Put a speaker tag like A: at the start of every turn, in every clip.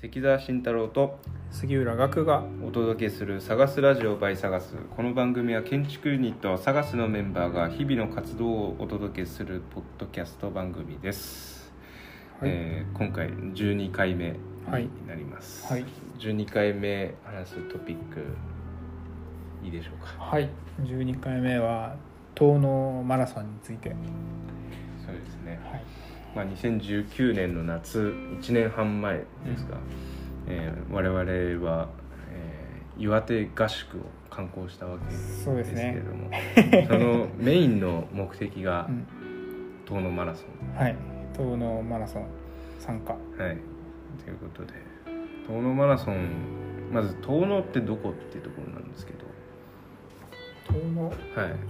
A: 関澤慎太郎と
B: 杉浦岳が
A: お届けする「探すラジオ by 探す」この番組は建築ユニット探すのメンバーが日々の活動をお届けするポッドキャスト番組です、
B: はい、
A: えー今回12回目
B: はい
A: になります、
B: はい
A: 12回目話すトピックいいでしょうか
B: はい、12回目は東能マラソンについて、
A: そうですね
B: はい、
A: まあ、2019年の夏1年半前ですが、えー我々は、えー岩手合宿を観光したわけです
B: そう
A: け
B: です
A: れ
B: ね
A: ども、そのメインの目的が
B: うん、
A: 遠野マラソ
B: はい東能マラソン参加
A: ン、はい、ということで遠野マラソンまず遠野ってどこっていうところなんですけど、
B: 東能
A: は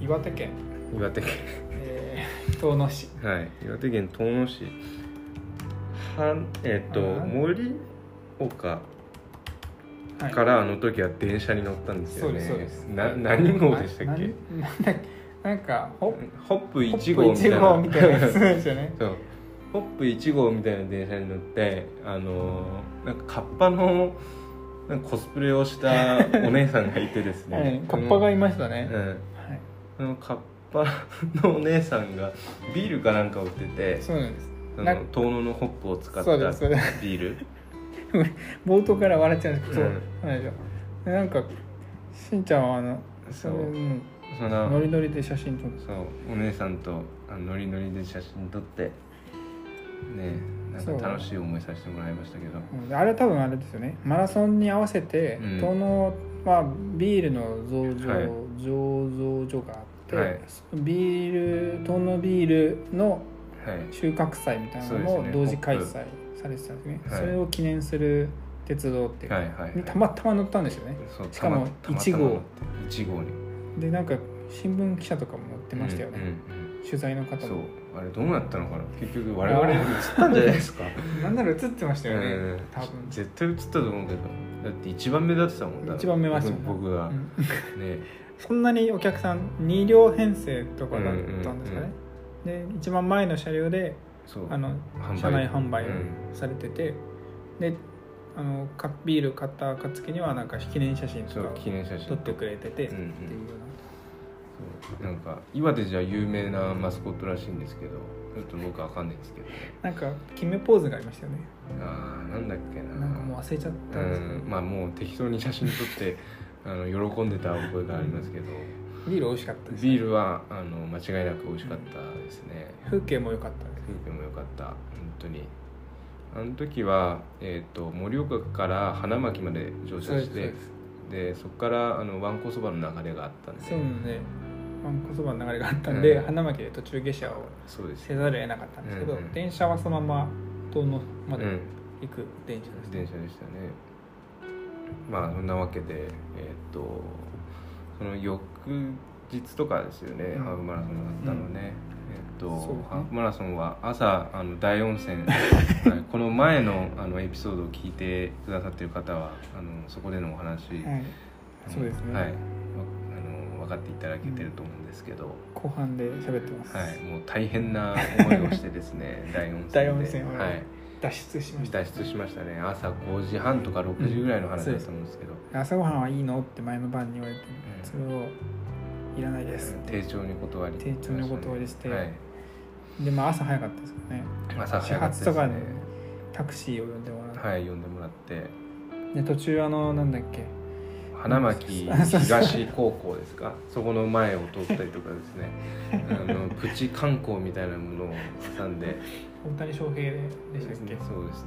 A: い、
B: 岩手県、
A: 岩手県、
B: えー、東能市
A: はい、岩手県遠野市はんえっ、と
B: はい
A: 盛岡
B: はい
A: からあの時は電車に乗ったんですよね。
B: そうですそうです
A: な何号でしたっけ？
B: ななんだっけなんかホッ
A: ホップ
B: ホ
A: 1
B: ッ
A: 号
B: プ
A: みたいな。
B: 1号みたいなやつですよね
A: そう。ホップ1号みたいな電車に乗ってあのーなんかカッパのなんかコスプレをした お姉さんがいてです
B: はい
A: ね。
B: カッパがい
A: ま
B: ました
A: う
B: ね、
A: ん。
B: はい、
A: そのカッパのお姉さんがビールかなんかを売ってて、
B: そうなんです
A: そ
B: な
A: の遠野のホップを使った
B: そう
A: ビ
B: ですそうです
A: ール。
B: 冒頭から笑っちゃうんですけど、
A: うん
B: そうなんですよでなんかしんちゃんはあの
A: そう
B: れうん
A: その
B: ノリノリで写真撮って
A: そうお姉さんとあのノリノリで写真撮ってねなんか楽しい思いさせてもらいましたけど
B: うんあれ多分あれですよねマラソンに合わせて
A: うん
B: 東能はビールの醸造、
A: はい
B: 醸造所があって、
A: はい
B: ビール東能ビールの
A: はい
B: 収穫祭みたいなの
A: そう
B: も
A: ですね
B: 同時開催されてたんですねそ
A: はい
B: れを記念する鉄道っていうか、
A: はいはい、
B: にたまたま乗ったんですよね
A: そう
B: しかも
A: たま
B: 1号
A: たまって1号に
B: でなんか新聞記者とかも乗ってましたよね、
A: うんうんうん
B: 取材の方
A: そう
B: も
A: あれどうなったのかな結局我々映ったんじゃないですか
B: なん なら映ってましたよね、
A: うん
B: 多分
A: 絶対映ったと思うけどだって一番目立ってたもんだ
B: 一番目立ってた
A: 僕僕が、
B: うん
A: ね
B: そんなにお客さん2両編成とかだったんですかね、で一番前の車両で
A: そう
B: あの
A: 販売
B: 車内販売を
A: うん
B: されてて、であのカビール買った暁にはなんか記念写真
A: そ
B: とか
A: う記念写真
B: 撮ってくれててっ
A: う
B: て
A: ん
B: いううんよ
A: そうなんか岩手じゃ有名なマスコットらしいんですけどちょっと僕わかんないんですけど
B: うななんか決めポーズがありましたよね
A: あーなんだっけな
B: なんかもう忘れちゃったんですけど、
A: んまあもう適当に写真撮って あの喜んでた覚えがありますけど
B: ビール美味しかったです、
A: ビールはあの間違いなく美味しかったですね
B: 風景も良かったです
A: 風景も良かった本当にあの時は、えー、と盛岡から花巻まで乗車し
B: そう
A: て
B: です
A: でそこからあのわんこそばの流れがあったんで
B: そうなのでわんこそばの流れがあったんで、
A: うん
B: 花巻で途中下車を
A: そうです
B: せざるを得なかったんですけど、
A: うんうん
B: 電車はそのまま遠野まで
A: うん
B: 行く電車です、
A: 電車でしたねまあそんなわけでえーっとその翌日とかですよね、
B: うん
A: ハーフマラソンがあったのね、えーっ
B: そ
A: と、
B: うね
A: ハーフマラソンは朝あの大温 泉はいこの前のあのエピソードを聞いてくださってる方はあのそこでのお話、
B: はい、
A: あの
B: そうですね
A: はいわあの分かっていただけてると思うんですけど、
B: 後半で喋ってます、
A: はい、もう大変な思いをしてです ね大温泉で
B: 大温泉を
A: はい、
B: 脱出しました
A: 脱出しましたね朝5時半とか6時ぐらいの話だったと思うんですけど、
B: 朝ごはんはいいのって前の晩に言われて、
A: うん
B: それをいらないですって
A: 丁重に断り
B: 丁重にお断りして
A: はい、
B: でまあ朝早かったですかね
A: 朝
B: 始
A: 早かった
B: 発
A: です
B: とか
A: ね
B: にタクシーを呼んでもらって、
A: はい呼んでもらって
B: で途中あのなんだっけ
A: 花 巻東高校ですかそこの前を通ったりとかですねあのプチ観光みたいなものを挟んで
B: 大谷翔平ででしたっけ、
A: そうです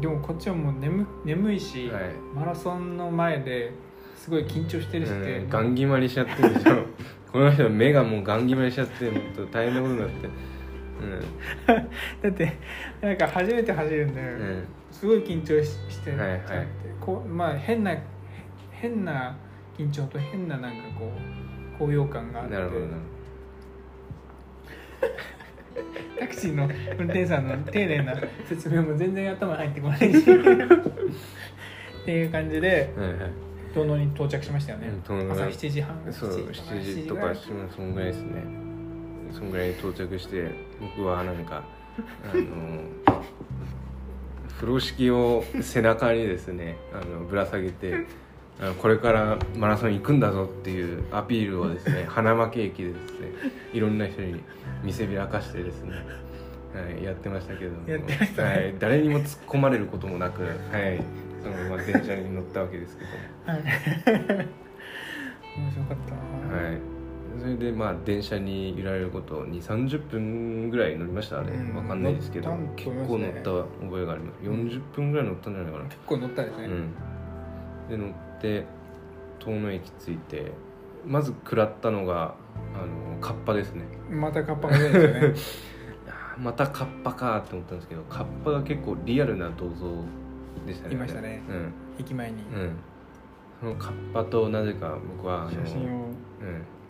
B: でもこっちはもう眠眠いし、
A: ねはい
B: マラソンの前ですごい緊張してるして、
A: うんガン決まりしちゃってるでしょ この人目がもうガン決まりしちゃってもっと大変なことになって
B: だってなんか初めて走るんで、
A: うんうん
B: すごい緊張しして
A: はいはい
B: ちゃってこうまあ変な変な緊張と変ななんかこう高揚感があって
A: なるほどな
B: タクシーの運転手さんの丁寧な説明も全然頭に入ってこない しっていう感じで
A: はいはい
B: 東能に到着しましたよね、
A: うん東能
B: 朝7時半
A: そう7時と
B: ぐら
A: か
B: い
A: そのそんぐらいですねそんぐらいに到着して僕はなんかあの風呂敷を背中にですねあのぶら下げてあのこれからマラソン行くんだぞっていうアピールをです ね花巻駅でですねいろんな人に見せびらかしてですね、はい、やってましたけども
B: やってましたね
A: はい、誰にも突っ込まれることもなく、はい、そのまま電車に乗ったわけですけど
B: はい面白かったな、
A: も、はい、それでまあ電車に揺られること2 3 0分ぐらい乗りましたあれ
B: うん
A: わかんないですけど、
B: 乗ったと
A: 結
B: 思います
A: 構乗
B: ね
A: った覚えがあります40分ぐらい乗ったんじゃないかな
B: 結構乗ったですね、
A: うん、で乗って遠野駅着いてまず食らったのがあのカッパですね
B: またカッパが出 るんですよね
A: あーまたカッパかーって思ったんですけどカッパが結構リアルな銅像でしたね
B: いましたね
A: うん
B: 駅前に、
A: うんそのカッパとなぜか僕はあの
B: 写真を
A: うん、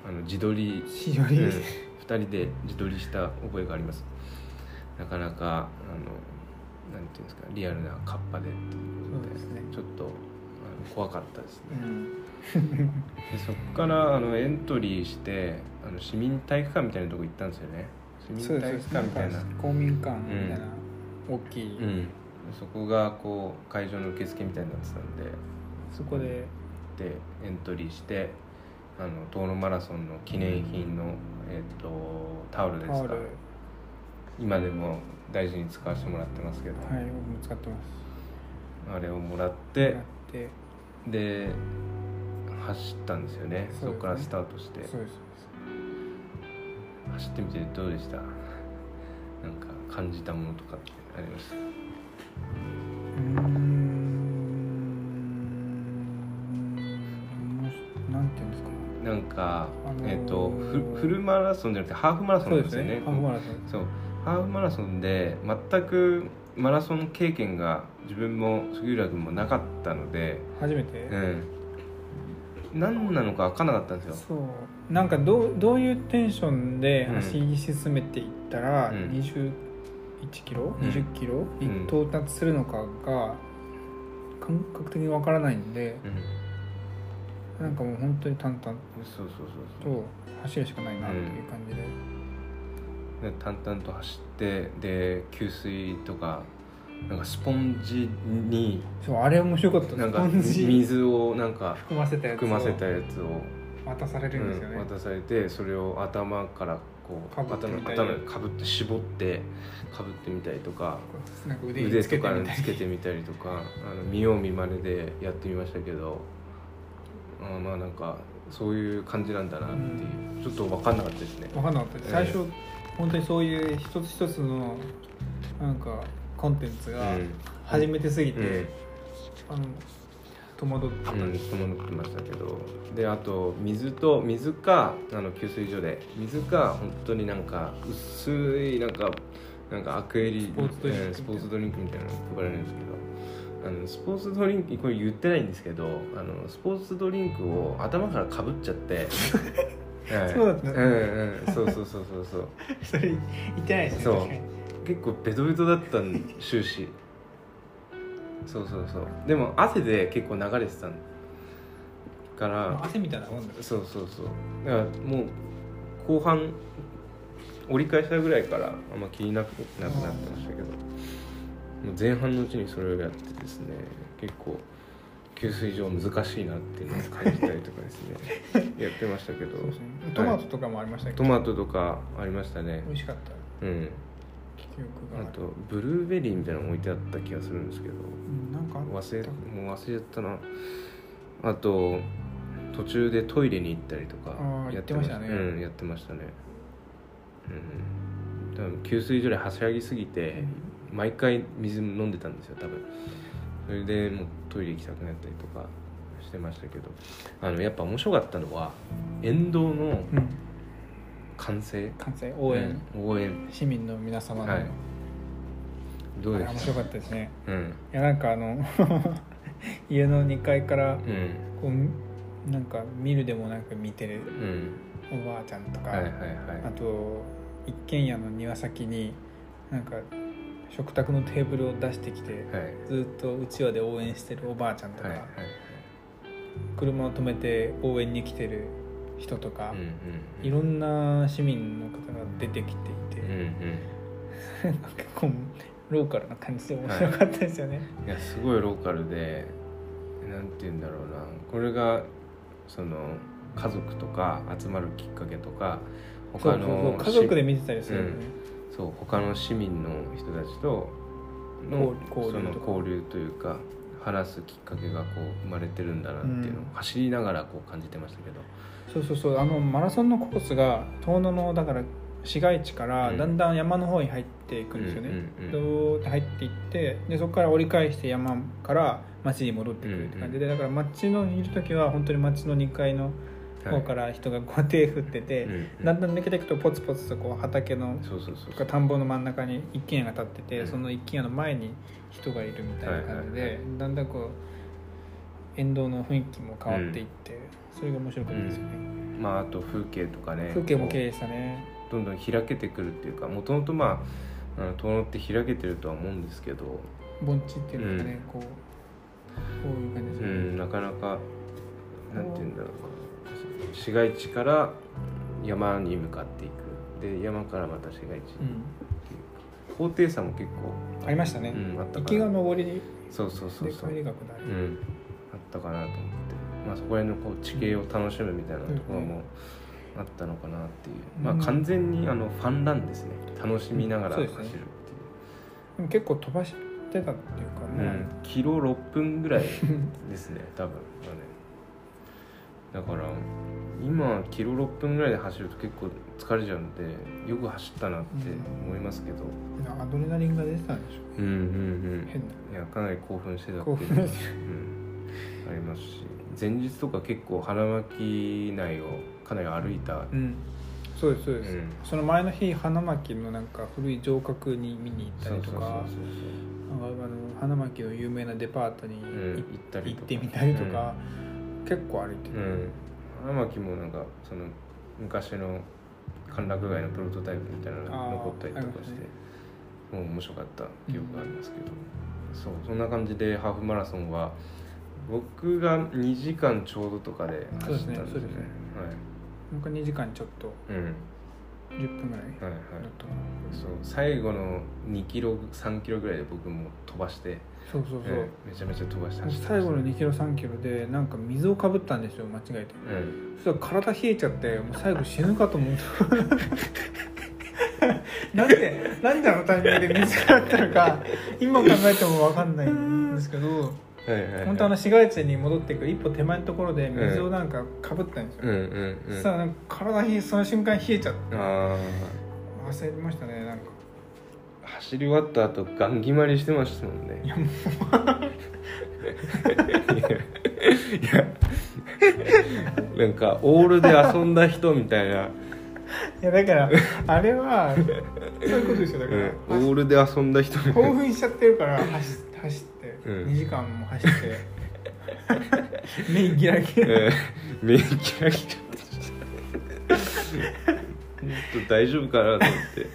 A: あの自撮り
B: しお
A: うん
B: り、
A: 2人 で自撮りした覚えがありますなかなかあのなんていうんですかリアルなカッパでということで
B: そうですね
A: ちょっとあの怖かったですね
B: うん
A: でそこからあのエントリーしてあの市民体育館みたいなとこ行ったんですよね市
B: そう
A: 民体
B: で
A: 育
B: すな
A: 館
B: ん
A: みた
B: か
A: いな
B: 公民館みたいな、大きい、
A: うんそこがこう会場の受付みたいになってたんで
B: そこで
A: でエントリーしてあの東野マラソンの記念品の、えっとタオルです
B: タオ
A: か
B: ルはい
A: 今でも大事に使わせてもらってますけど、
B: 僕も使ってます
A: あれをもらって
B: やって
A: で走ったんですよねそ
B: そうですね
A: こからスタートして
B: そうです
A: 走ってみてどうでした なんか感じたものとかってありました
B: うーんもうなんていうんですか
A: なんか、
B: あのー
A: えっ、とフフルマラソンじゃなくてハーフマラソンなんですよね
B: ハーフマラソン
A: そうハーフマラソンで全くマラソン経験が自分も杉浦君もなかったので
B: 初めて、
A: うん何なのか分からなかったんですよ
B: そうなんかどうどういうテンションで
A: うん
B: 走り進めていったら、
A: うん
B: 21キロ、
A: うん
B: 20キロ
A: うん
B: に到達するのかが感覚的にわからないんで、
A: うん
B: なんかもう本当に淡々
A: そうそうそうそう
B: と走るしかないなっていう感じで、
A: で淡々と走ってで給水とかなんかスポンジに
B: そうあれ面白かった
A: なん
B: ス
A: か
B: ポンジ
A: 水をなんか
B: 含ませたやつを
A: 含ませたやつを
B: 渡されるんですよね、
A: うん渡されてそれを頭からこう
B: かぶって
A: 頭
B: みたり
A: 頭かぶって絞ってかぶってみたりとか
B: なんか腕に
A: 腕
B: つけ
A: と
B: て
A: か
B: み
A: に
B: たい
A: つけてみたりとかあの見よう見まねでやってみましたけどあーまあなんかそういう感じなんだなっていう、ちょっと分かんなかったですね。
B: 分かんなかったです最初、
A: え
B: 本当にそういう一つ一つのなんかコンテンツ
A: う
B: が
A: ん
B: 初めてすぎて、
A: うん
B: あの戸惑ってた、
A: うん、戸惑ってましたけどであと水と水かあの給水所で水か本当になんか薄いなんかなんかアクエリ
B: スポーツドリンクみたいな
A: うんスポーツドリンクみたいなのが配られるんですけどあのスポーツドリンクこれ言ってないんですけどあのスポーツドリンクを頭からかぶっちゃ って、はい
B: そうだった
A: うんうんそうそうそうそうそう
B: それ言ってないですね
A: そう
B: 確かに
A: 結構ベトベトだったん終始そうそうそうでも汗で結構流れてたんから
B: 汗みたいなもんだ
A: そうそうそうだからもう後半折り返したぐらいからあんま気になくなくなってましたけどもう前半のうちにそれをやってですね結構給水場難しいなっていうのを感じたりとかですねやってましたけど
B: そうですねトマトとかもありましたけど、
A: トマトとかありましたね
B: 美味しかった
A: うん
B: 記憶が
A: あ
B: ある
A: とブルーベリーみたいなの置いてあった気がするんですけど
B: うんなんかあった
A: 忘れもう忘れちゃったなあと途中でトイレに行ったりとか
B: あー
A: ね
B: 行ってましたね
A: うんやってましたねうん多分給水所ではしゃぎすぎて毎回水飲んでたんですよ多分それでもうトイレ行きたくなったりとかしてましたけどあのやっぱ面白かったのは沿道の
B: うん
A: 歓声
B: 完成応援、
A: うん応援
B: 市民の皆様の、
A: はいどう
B: あ
A: で
B: れ
A: し
B: 面
A: た
B: 白かったですね
A: うん
B: いやなんかあの 家の2階から
A: うん
B: こうなんか見るでもなく見てる
A: うん
B: おばあちゃんとか、
A: はいはい
B: あ
A: は
B: と一軒家の庭先になんか食卓のテーブルを出してきて
A: いはい
B: ずっとうちわで応援してるおばあちゃんとか、
A: はいはい
B: 車を止めて応援に来てる人とか
A: うん、うん
B: いろんな市民の方が出てきていて、
A: うん
B: 結構ローカルな感じで面白かったですよね、
A: いやすごいローカルでなんて言うんだろうなこれがその家族とか集まるきっかけとか
B: そう
A: 他
B: そうそう
A: の
B: 家族で見てたりするよね、
A: しそう他の市民の人たちとの
B: 交交
A: そ
B: 流
A: の
B: とか
A: 交流というか話すきっかけがこう生まれてるんだなっていうのを、走りながらこう感じてましたけど
B: そうそうそうあのマラソンのコースが遠野のだから市街地から
A: うん
B: だんだん山の方に入っていくんですよね、
A: うんうん
B: ど
A: うん
B: ーって入っていってでそこから折り返して山から町に戻ってくるって感じで、だから町のいる時は本当に町の2階の
A: は
B: 方
A: い
B: から人がこう手振ってて、
A: うんうん
B: だんだん抜けていくとポツポツとこう畑の
A: そうそうそう
B: と
A: そ
B: か
A: う
B: 田んぼの真ん中に一軒家が建ってて、
A: うん
B: その一軒家の前に人がいるみたいな感じで、
A: はいはいは
B: だんだんこう沿道の雰囲気も変わっていって、それが面白かったですよね、
A: まああと風景とかね
B: 風景も綺
A: こ
B: 麗でしたね
A: うどんどん開けてくるっていうかもともとまああの遠野って開けてるとは思うんですけど
B: 盆地っていうんですかね、こうこういう感じ
A: う
B: ですよね、
A: ん、なかなかなんて言うんだろう市街地から山に向かっていくで山からまた市街地っていうう、高低差も結構、
B: んありましたね、
A: うん、あったか
B: 行きが
A: な
B: 上りで
A: そうそうそうそう、
B: 帰り
A: う
B: が下り、
A: ん、あったかなと思って、まあ、そこら辺のこう地形を楽しむみたいなところもあったのかなっていう、
B: うん
A: まあ、完全にあのファンランですね楽しみながら
B: そう
A: 走るっ
B: です
A: て
B: ね
A: いう
B: でも結構飛ばしてたっていうか
A: う
B: ね
A: ん、キロ6分ぐらいです ね多分あれだから今キロ6分ぐらいで走ると結構疲れちゃうんでよく走ったなって思いますけど、
B: アドレナリンが出てたんでしょ
A: うん、うんうん
B: 変ない
A: やかなり興奮してたって
B: 興
A: いうの
B: 奮
A: が、うん、ありますし前日とか結構花巻内をかなり歩いた、
B: うんそうですそう
A: うん
B: です、その前の日花巻のなんか古い城郭に見に行った
A: そう
B: り
A: そ
B: と
A: うそうそう
B: かなんかあの花巻の有名なデパートに
A: う
B: 行
A: ん
B: っ
A: 行ったり
B: 行っ
A: とか
B: てみたりとか、結構歩いて
A: う
B: る、
A: ん、花巻もなんかその昔の歓楽街のプロトタイプみたいなのが
B: あー
A: 残ったりとかし
B: あります
A: て
B: ね、
A: もう面白かった記憶がありますけど、そうそんな感じでハーフマラソンは僕が2時間ちょうどとかで走ったんですね
B: そうですねそうですねなんか2時間ちょっと
A: はい、うん、
B: 10分ぐらいだ
A: はいはい
B: ったかな、
A: そう最後の2キロ3キロぐらいで僕も飛ばして、
B: そうそうそう、
A: ええめちゃめちゃ飛ばして走ってました
B: 最後の2キロ3キロでなんか水をかぶったんですよ間違えて
A: うん
B: そしたら体冷えちゃってもう最後死ぬかと思ったなんでなんであのタイミングで水があったのか今考えても分かんないんですけど
A: はいはいはい、
B: 本当あの市街地に戻っていく一歩手前のところで水をなんかかぶったんです
A: うん
B: よ、
A: うんう
B: そ
A: ん
B: したらなんか体冷えその瞬間冷えちゃって
A: ああ
B: 焦りましたねなんか
A: 走り終わった後ガン決まりしてましたもんねいやもういやなんかオールで遊んだ人みたいな、
B: いやだからあれはそういうことですよだ
A: う
B: から、
A: ん、オールで遊んだ人みたいな
B: 興奮しちゃってるから走っ走って、
A: うん
B: 2時間も走って 目ギラギラ、
A: うんめっちゃ来ちゃってちょっと大丈夫かなと思って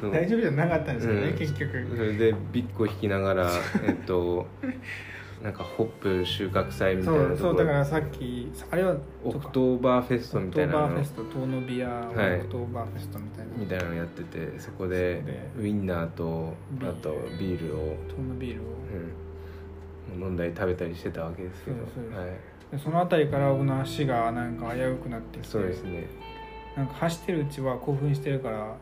A: その
B: 大丈夫じゃなかったんですけどね、
A: うん
B: 結局、
A: それでビッグを引きながらえっとなんかホップ収穫祭みた
B: そ
A: いな
B: う
A: とこ
B: そ
A: ろ
B: うだからさっきあれは
A: オ
B: そ
A: ク
B: うか
A: トーバーフェスト
B: オ
A: み
B: クト
A: たい
B: ー
A: な
B: バー
A: の
B: フェスト遠野ビア、
A: はい
B: オクトーバーフェストみたいな
A: みたいなのやっててそこで
B: そこで
A: ウインナーと
B: ビール
A: あとビールを、
B: 遠野ビールを、
A: うん、飲んだり食べたりしてたわけですけど
B: そうです
A: はい、
B: でその辺りから僕の足がなんか危うくなってきて
A: そうですね、
B: なんか走ってるうちは興奮してるから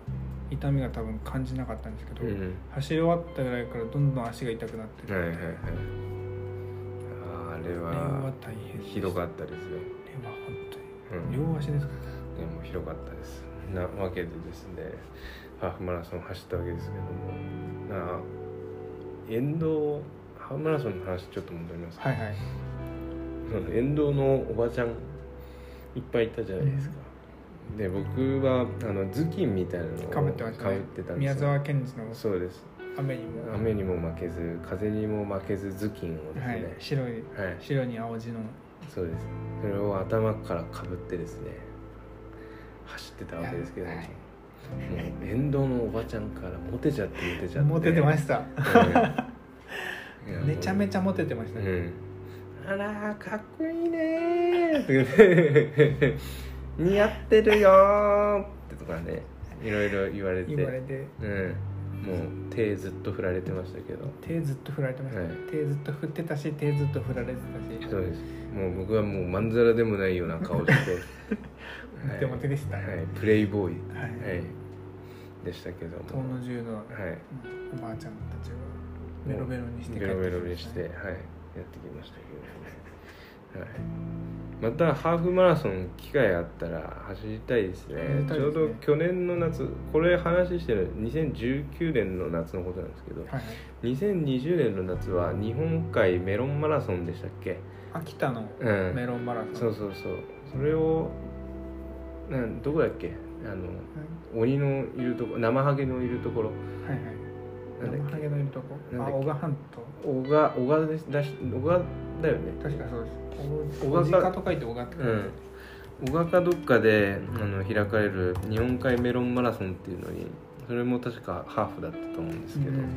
B: 痛みが多分感じなかったんですけど、
A: うん、
B: 走り終わったぐらいからどんどん足が痛くなってきて、
A: はいはいはいあーあれ
B: あれは
A: は
B: 大変
A: ひど
B: っ
A: かったですね、
B: たあれは本当に
A: うん、
B: 両足ですか
A: でもひどかったですなわけでですねハーフマラソン走ったわけですけどもなあ沿道ハーフマラソンの話ちょっと戻りますけど
B: はいはい
A: その沿道のおばちゃんいっぱいいたじゃないですか、で僕はあの頭巾みたいなのを
B: かぶってましたね
A: 被ってたんで
B: 宮
A: すよ
B: 沢賢治の
A: そうです
B: 雨にも
A: 雨にも負けず風にも負けず頭巾をで
B: はい、
A: す
B: 白い
A: ねはい、
B: 白に青地の
A: そうですそれを頭からかぶってですね走ってたわけですけども、
B: はい
A: もう沿道のおばちゃんからモテちゃってモテちゃって
B: モテてま
A: し
B: した
A: た、う んいや
B: めちゃめちゃモテてましたね、
A: うん、あらーかっこいいねー似合ってるよーってとかねいろいろ言われて
B: 言われて
A: うん、もう手ずっと振られてましたけど
B: 手ずっと振られてました、
A: はい
B: 手ずっと振ってたし手ずっと振られてたし、
A: そうですもう僕はもうまんざらでもないような 顔して
B: モテモテでした
A: は
B: はいい、
A: はい、プレイボーイ、はい、でしたけど
B: 遠
A: も
B: 野中の、
A: はい
B: おばあちゃんたちをベロベロにして
A: ベロベロにして、はい、やってきましたけど、はい、またハーフマラソン機会あったら走りたいですね
B: 走りたいですね
A: ちょうど去年の夏これ話してる2019年の夏のことなんですけど
B: はい、
A: 2020年の夏は日本海メロンマラソンでしたっけ
B: 秋田の
A: うん
B: メロンマラソン、
A: そうそうそうそれをなんどこだっけあの鬼のいるとこ生ハゲのいるところ
B: はいはいはい
A: なんだ
B: 生
A: っ
B: ハ
A: け
B: ゲのいるとこ
A: なんだっけ
B: あ小賀半島
A: 小賀小賀ですだし小賀だよね
B: 確かそうです
A: 小
B: 小
A: 賀
B: 賀
A: か
B: かと書いて小賀って書いて、
A: うん、小川かどっかであの開かれる日本海メロンマラソンっていうのにそれも確かハーフだったと思うんですけど、
B: う
A: うんん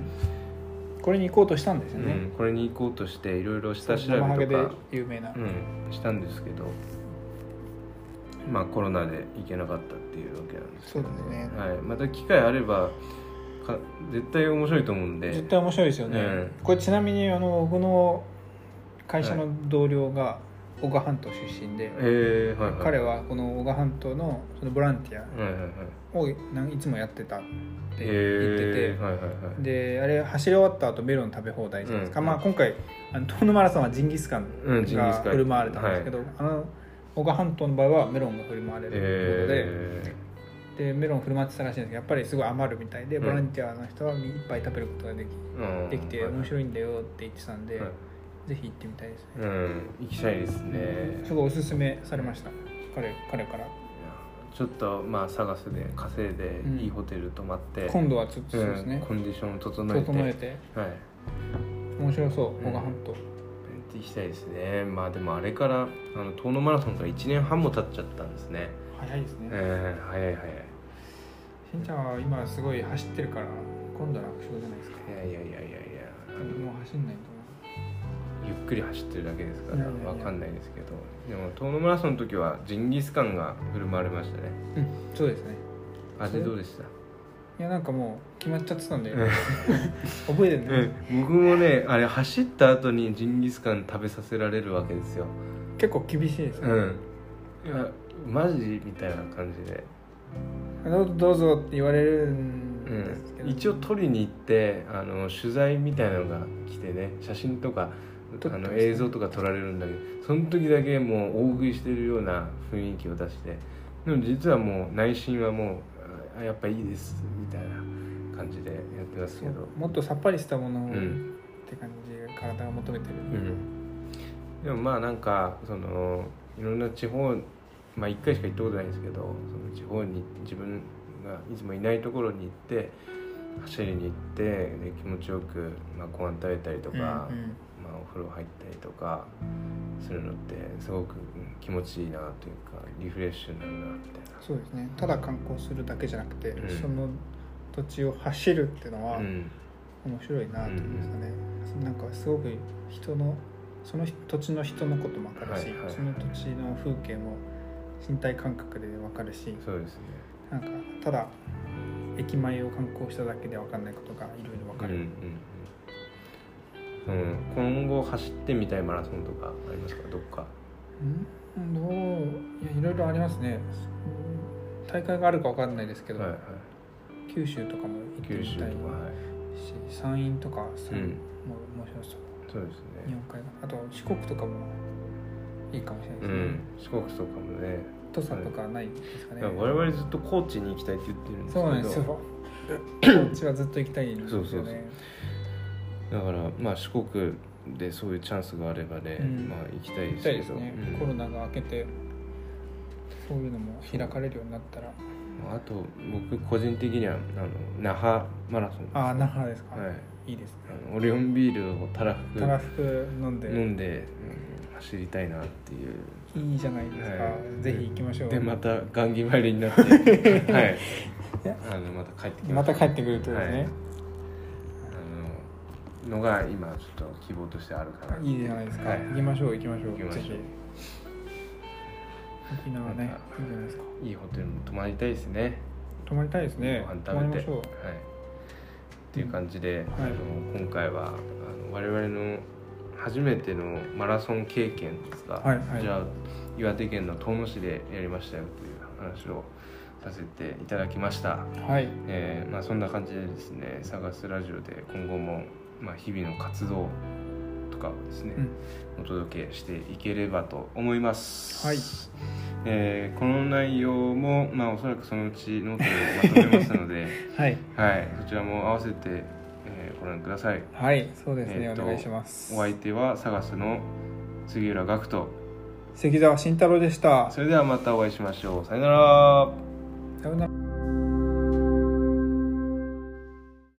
B: これに行こうとしたんですよね、
A: これに行こうとしていろいろ下調べ
B: 生ハゲ
A: と
B: で
A: か、
B: 有名な、
A: うん、したんですけどまあコロナで行けなかったっていうわけなんですけど
B: そうですね
A: はい、また機会あればか絶対面白いと思うんで
B: 絶対面白いですよね、
A: うん
B: これちなみにあの僕の会社の同僚が小賀半島出身で、
A: えーはいはい、
B: 彼はこの小賀半島のそのボランティア
A: はいはいはい
B: をなんいつもやってたって言ってて
A: え、ーはいはいはい
B: であれ走り終わった後メロン食べ放題じゃないですか、
A: うん
B: まあ、今回あの東野マラソンはジンギスカン
A: うんジンギ
B: が
A: スカン
B: 振る舞われたんですけど、あの小賀半島の場合はメロンが振る舞われるということで,、
A: え
B: でメロン振る舞ってたらしいんですけどやっぱりすごい余るみたいで
A: うん
B: ボランティアの人はみいっぱい食べることができ,、
A: ーうん
B: できて面白いんだよって言ってたんで、
A: はい
B: ぜひ行ってみたいですね、
A: うん、行きたいですね。
B: すごいおすすめされました彼彼から
A: ちょっとまあ探すで稼いで
B: うん
A: いいホテル泊まって、
B: 今度はちょっとそうです
A: うん
B: ね、
A: コンディションを整えて
B: 整えて
A: はい
B: 面白そう
A: う
B: 小
A: ん
B: 賀半島、
A: 行きたいですねまあでもあれからあの遠野マラソンから1年半も経っちゃったんですね、
B: 早いですね、
A: えー、早い早い
B: しんちゃんは今すごい走ってるから今度は楽勝じゃないですか
A: いやいやいやいやいやあの
B: もう走んない
A: ゆっくり走ってるだけですか
B: い
A: ら
B: やいやいや
A: わかんないですけどでも遠野マラソンの時はジンギスカンが振る舞われましたね
B: とうんそうですねそ
A: 味
B: れ
A: どうでした
B: いやなんかもう決まっちゃってたんで
A: うん
B: 覚えてるね
A: うん、僕もねあれ走った後にジンギスカン食べさせられるわけですよ
B: 結構厳しいです
A: う
B: ね
A: んいやマジみたいな感じで、
B: どうぞどうぞって言われるん
A: う
B: ですけど
A: ん、一応撮りに行ってあの取材みたいなのが来てね写真とか
B: 撮
A: あ
B: ってましたね
A: の映像とか撮られるんだけどその時だけもう大食いしてるような雰囲気を出してでも実はもう内心はもうあやっぱいいですみたいな感じでやってますけど
B: もっとさっぱりしたものをっ
A: うん
B: て感じが体が求めてる
A: うん、でもまあなんかそのいろんな地方まあ1回しか行ったことないんですけどその地方に自分がいつもいないところに行って走りに行ってで気持ちよく、まあ、ご飯食べたりとか、
B: うん
A: まあ、お風呂入ったりとかするのってすごくうん気持ちいいなというかリフレッシュになるなみたいな。
B: そうですねただ観光するだけじゃなくて、
A: うん
B: その土地を走るっていうのは
A: う
B: 面
A: ん
B: 白いなと思いましたね、なんかすごく人のその土地の人のことも分かる
A: は
B: し、
A: いはいはい
B: その土地の風景も身体感覚で分かるし
A: そうですね
B: なんかただ駅前を観光しただけで分かんないことがいろいろ分か
A: うんう
B: る、
A: んうんその今後走ってみたいマラソンとかありますかどっか
B: うん、どういやいろいろありますねうん大会があるか分かんないですけど、
A: はいはい、
B: 九州とかも行って
A: 九
B: み
A: 州と
B: た
A: か、
B: い
A: はい
B: し、山陰とか
A: う
B: 山
A: ん
B: も面白そう
A: そうです
B: 日
A: ね、
B: 本海側あと四国とかもいいかもしれないうですね
A: ん、四国とかもね
B: 土佐とかないですかね、
A: いや我々ずっと高知に行きたいって言ってるんですけ
B: そ
A: ど
B: うなんですよこっちはずっと行きたいんですよね
A: そうそうそうだからまあ四国でそういうチャンスがあればね、
B: うん
A: まあ行きたい
B: 行
A: で
B: き
A: す
B: たい
A: け
B: です
A: ど
B: ね、
A: うん
B: コロナが明けてそういうのも開かれるようになったら
A: あと僕個人的にはあの那覇マラソン
B: ああ那覇ですか、
A: はい
B: い、いですね
A: あのオリオンビールをたらふ
B: たら
A: く
B: ふく飲んで、
A: 飲んで、うん走りたいなっていう
B: いいじゃないですか、
A: はい
B: ぜひ行きましょう
A: でまた雁木参りになって はい
B: や
A: あのまた帰ってき
B: ま
A: ました
B: 帰ってくるとですね、、
A: あののが今ちょっと希望としてあるかない
B: いじゃないですか、
A: はい
B: 行きましょう行きましょう
A: 行きましょう
B: ぜひ沖縄ねいいじゃないですか
A: いいホテルに泊まりたいですね
B: 泊まりたいですね
A: ご飯
B: 泊
A: 食
B: まり
A: べ
B: ま
A: て
B: しょう
A: はいっていう感じで、あ
B: はい
A: の今回はあの我々の初めてのマラソン経験ですが、
B: はいはい
A: じゃあ岩手県の遠野市でやりましたよという話をさせていただきました、
B: はい
A: えーまあ、そんな感じでですね「探すラジオ」で今後も、まあ、日々の活動とかをですね、お届けしていければと思います。
B: はい
A: えーこの内容も、まあ、おそらくそのうちノートでまとめますの で、
B: はい
A: はい、そちらも合わせて、えーご覧ください。
B: はいそうですね、
A: えーと
B: お願いします
A: お相手は探すの杉浦学人。
B: 関澤慎太郎でした
A: それではまたお会いしましょう。さよなら。
B: さようなら